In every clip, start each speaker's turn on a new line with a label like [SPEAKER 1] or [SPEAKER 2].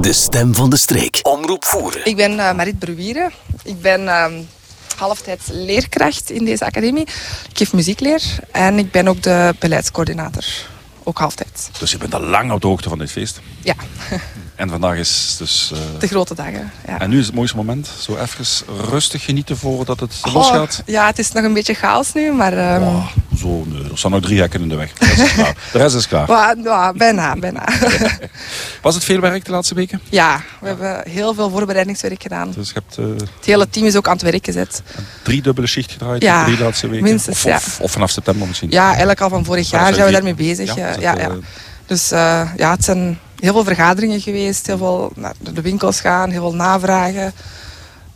[SPEAKER 1] De stem van de streek. Omroep voeren.
[SPEAKER 2] Ik ben eh, Marit Bruwieren. Ik ben ehm halftijds leerkracht in deze academie. Ik geef muziekleer en ik ben ook de beleidscoördinator. Ook halftijds.
[SPEAKER 3] Dus je bent al lang op de hoogte van dit feest.
[SPEAKER 2] Ja,
[SPEAKER 3] En vandaag is dus... eh,
[SPEAKER 2] de grote dagen. Ja.
[SPEAKER 3] en nu is het mooiste moment. Zo even rustig genieten voordat het
[SPEAKER 2] Oh,
[SPEAKER 3] losgaat.
[SPEAKER 2] ja, het is nog een beetje chaos nu, maar ehm,
[SPEAKER 3] Oh, zo, nee. er staan nog drie hekken in de weg. De rest is klaar. De rest is klaar.
[SPEAKER 2] wa- wa- bijna, bijna.
[SPEAKER 3] Was het veel werk de laatste weken?
[SPEAKER 2] ja, we hebben heel veel voorbereidingswerk gedaan.
[SPEAKER 3] Dus je hebt eh
[SPEAKER 2] Het hele team is ook aan het werk gezet.
[SPEAKER 3] drie dubbele shift gedraaid
[SPEAKER 2] Ja,
[SPEAKER 3] de drie laatste weken?
[SPEAKER 2] minstens,
[SPEAKER 3] of,
[SPEAKER 2] ja.
[SPEAKER 3] of, of vanaf september misschien?
[SPEAKER 2] Ja, eigenlijk al van vorig jaar
[SPEAKER 3] Maar Ah, dat
[SPEAKER 2] zijn we
[SPEAKER 3] zijn
[SPEAKER 2] daarmee
[SPEAKER 3] vier-
[SPEAKER 2] bezig.
[SPEAKER 3] ja,
[SPEAKER 2] Ja,
[SPEAKER 3] dat,
[SPEAKER 2] ja,
[SPEAKER 3] eh,
[SPEAKER 2] ja. Dus eh, ja, het zijn heel veel vergaderingen geweest, heel veel naar de winkels gaan, heel veel navragen.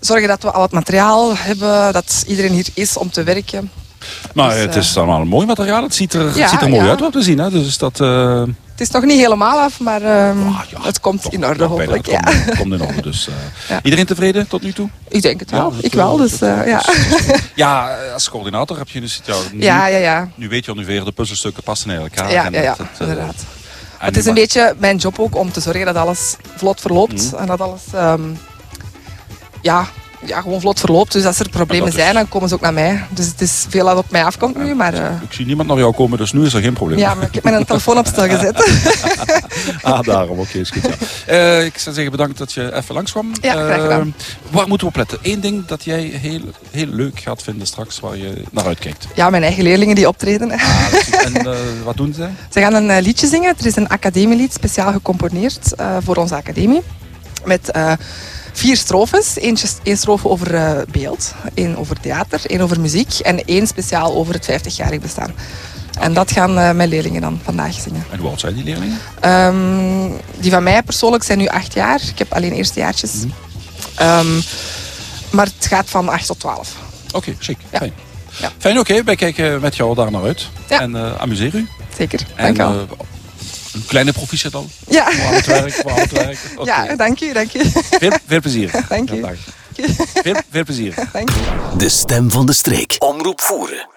[SPEAKER 2] Zorgen dat we al het materiaal hebben, dat iedereen hier is om te werken.
[SPEAKER 3] Nou,
[SPEAKER 2] Dus,
[SPEAKER 3] het
[SPEAKER 2] eh,
[SPEAKER 3] is allemaal een mooi materiaal. Het ziet er, het
[SPEAKER 2] Ja,
[SPEAKER 3] ziet er mooi
[SPEAKER 2] ja.
[SPEAKER 3] uit wat we zien. Hè? Dus dat... eh,
[SPEAKER 2] Het is nog niet helemaal af, maar ehm,
[SPEAKER 3] ah, ja,
[SPEAKER 2] het komt
[SPEAKER 3] toch,
[SPEAKER 2] in orde
[SPEAKER 3] toch bijna.
[SPEAKER 2] hopelijk.
[SPEAKER 3] Het
[SPEAKER 2] Ja.
[SPEAKER 3] komt, komt in orde. Dus, eh,
[SPEAKER 2] Ja.
[SPEAKER 3] Iedereen tevreden tot nu toe?
[SPEAKER 2] Ik denk het wel,
[SPEAKER 3] Ja, dat,
[SPEAKER 2] ik wel.
[SPEAKER 3] eh,
[SPEAKER 2] Dus,
[SPEAKER 3] dat,
[SPEAKER 2] eh,
[SPEAKER 3] eh,
[SPEAKER 2] ja.
[SPEAKER 3] Ja, eh, als coördinator heb je dus... Ja, nu,
[SPEAKER 2] ja, ja, ja.
[SPEAKER 3] nu weet je ongeveer de puzzelstukken passen in elkaar.
[SPEAKER 2] Ja,
[SPEAKER 3] en
[SPEAKER 2] ja, ja,
[SPEAKER 3] dat het, eh,
[SPEAKER 2] inderdaad.
[SPEAKER 3] en
[SPEAKER 2] Het
[SPEAKER 3] nu
[SPEAKER 2] is een
[SPEAKER 3] mag-
[SPEAKER 2] beetje mijn job ook om te zorgen dat alles vlot verloopt.
[SPEAKER 3] Mhm.
[SPEAKER 2] En dat alles ehm, ja, ja, gewoon vlot verloopt. Dus als er problemen
[SPEAKER 3] is-
[SPEAKER 2] zijn, dan komen ze ook naar mij. Dus het is veel dat op mij afkomt nu. Maar eh,
[SPEAKER 3] Ik zie niemand naar jou komen, dus nu is er geen probleem.
[SPEAKER 2] ja, maar ik heb mijn telefoon op stil gezet.
[SPEAKER 3] Ah, daarom. Oké, is goed. Ja. Eh, ik zou zeggen bedankt dat je even langskwam.
[SPEAKER 2] Ja, graag gedaan.
[SPEAKER 3] Eh, waar moeten we op letten? Eén ding dat jij heel, heel leuk gaat vinden straks, waar je naar uitkijkt.
[SPEAKER 2] Ja, mijn eigen leerlingen die optreden. hè.
[SPEAKER 3] Ah, dat is- en eh, wat doen zij?
[SPEAKER 2] Ze gaan een eh, liedje zingen. Er is een academielied speciaal gecomponeerd eh, voor onze academie. Met eh, vier strofes. Eentje, één strofe over eh, beeld, één over theater, één over muziek en één speciaal over het 50-jarig bestaan. En dat gaan eh, mijn leerlingen dan vandaag zingen.
[SPEAKER 3] En hoe oud zijn die leerlingen?
[SPEAKER 2] Ehm, die van mij persoonlijk zijn nu acht jaar. Ik heb alleen eerstejaartjes.
[SPEAKER 3] Mhm.
[SPEAKER 2] Ehm, maar het gaat van 8 tot 12.
[SPEAKER 3] Oké, chic.
[SPEAKER 2] Ja.
[SPEAKER 3] Fijn.
[SPEAKER 2] Ja.
[SPEAKER 3] Fijn, oké. Wij kijken met jou daar naar uit.
[SPEAKER 2] Ja.
[SPEAKER 3] En eh, amuseer u.
[SPEAKER 2] Zeker,
[SPEAKER 3] En,
[SPEAKER 2] dank u wel.
[SPEAKER 3] eh, een kleine proficiat al.
[SPEAKER 2] ja.
[SPEAKER 3] Voor al het werk. Voor al het werk. Oké.
[SPEAKER 2] ja, dank u, dank u.
[SPEAKER 3] veel, veel plezier.
[SPEAKER 2] Dank u.
[SPEAKER 3] Ja, dag. Veel, veel plezier.
[SPEAKER 2] Dank u.
[SPEAKER 1] De stem van de streek. Omroep voeren.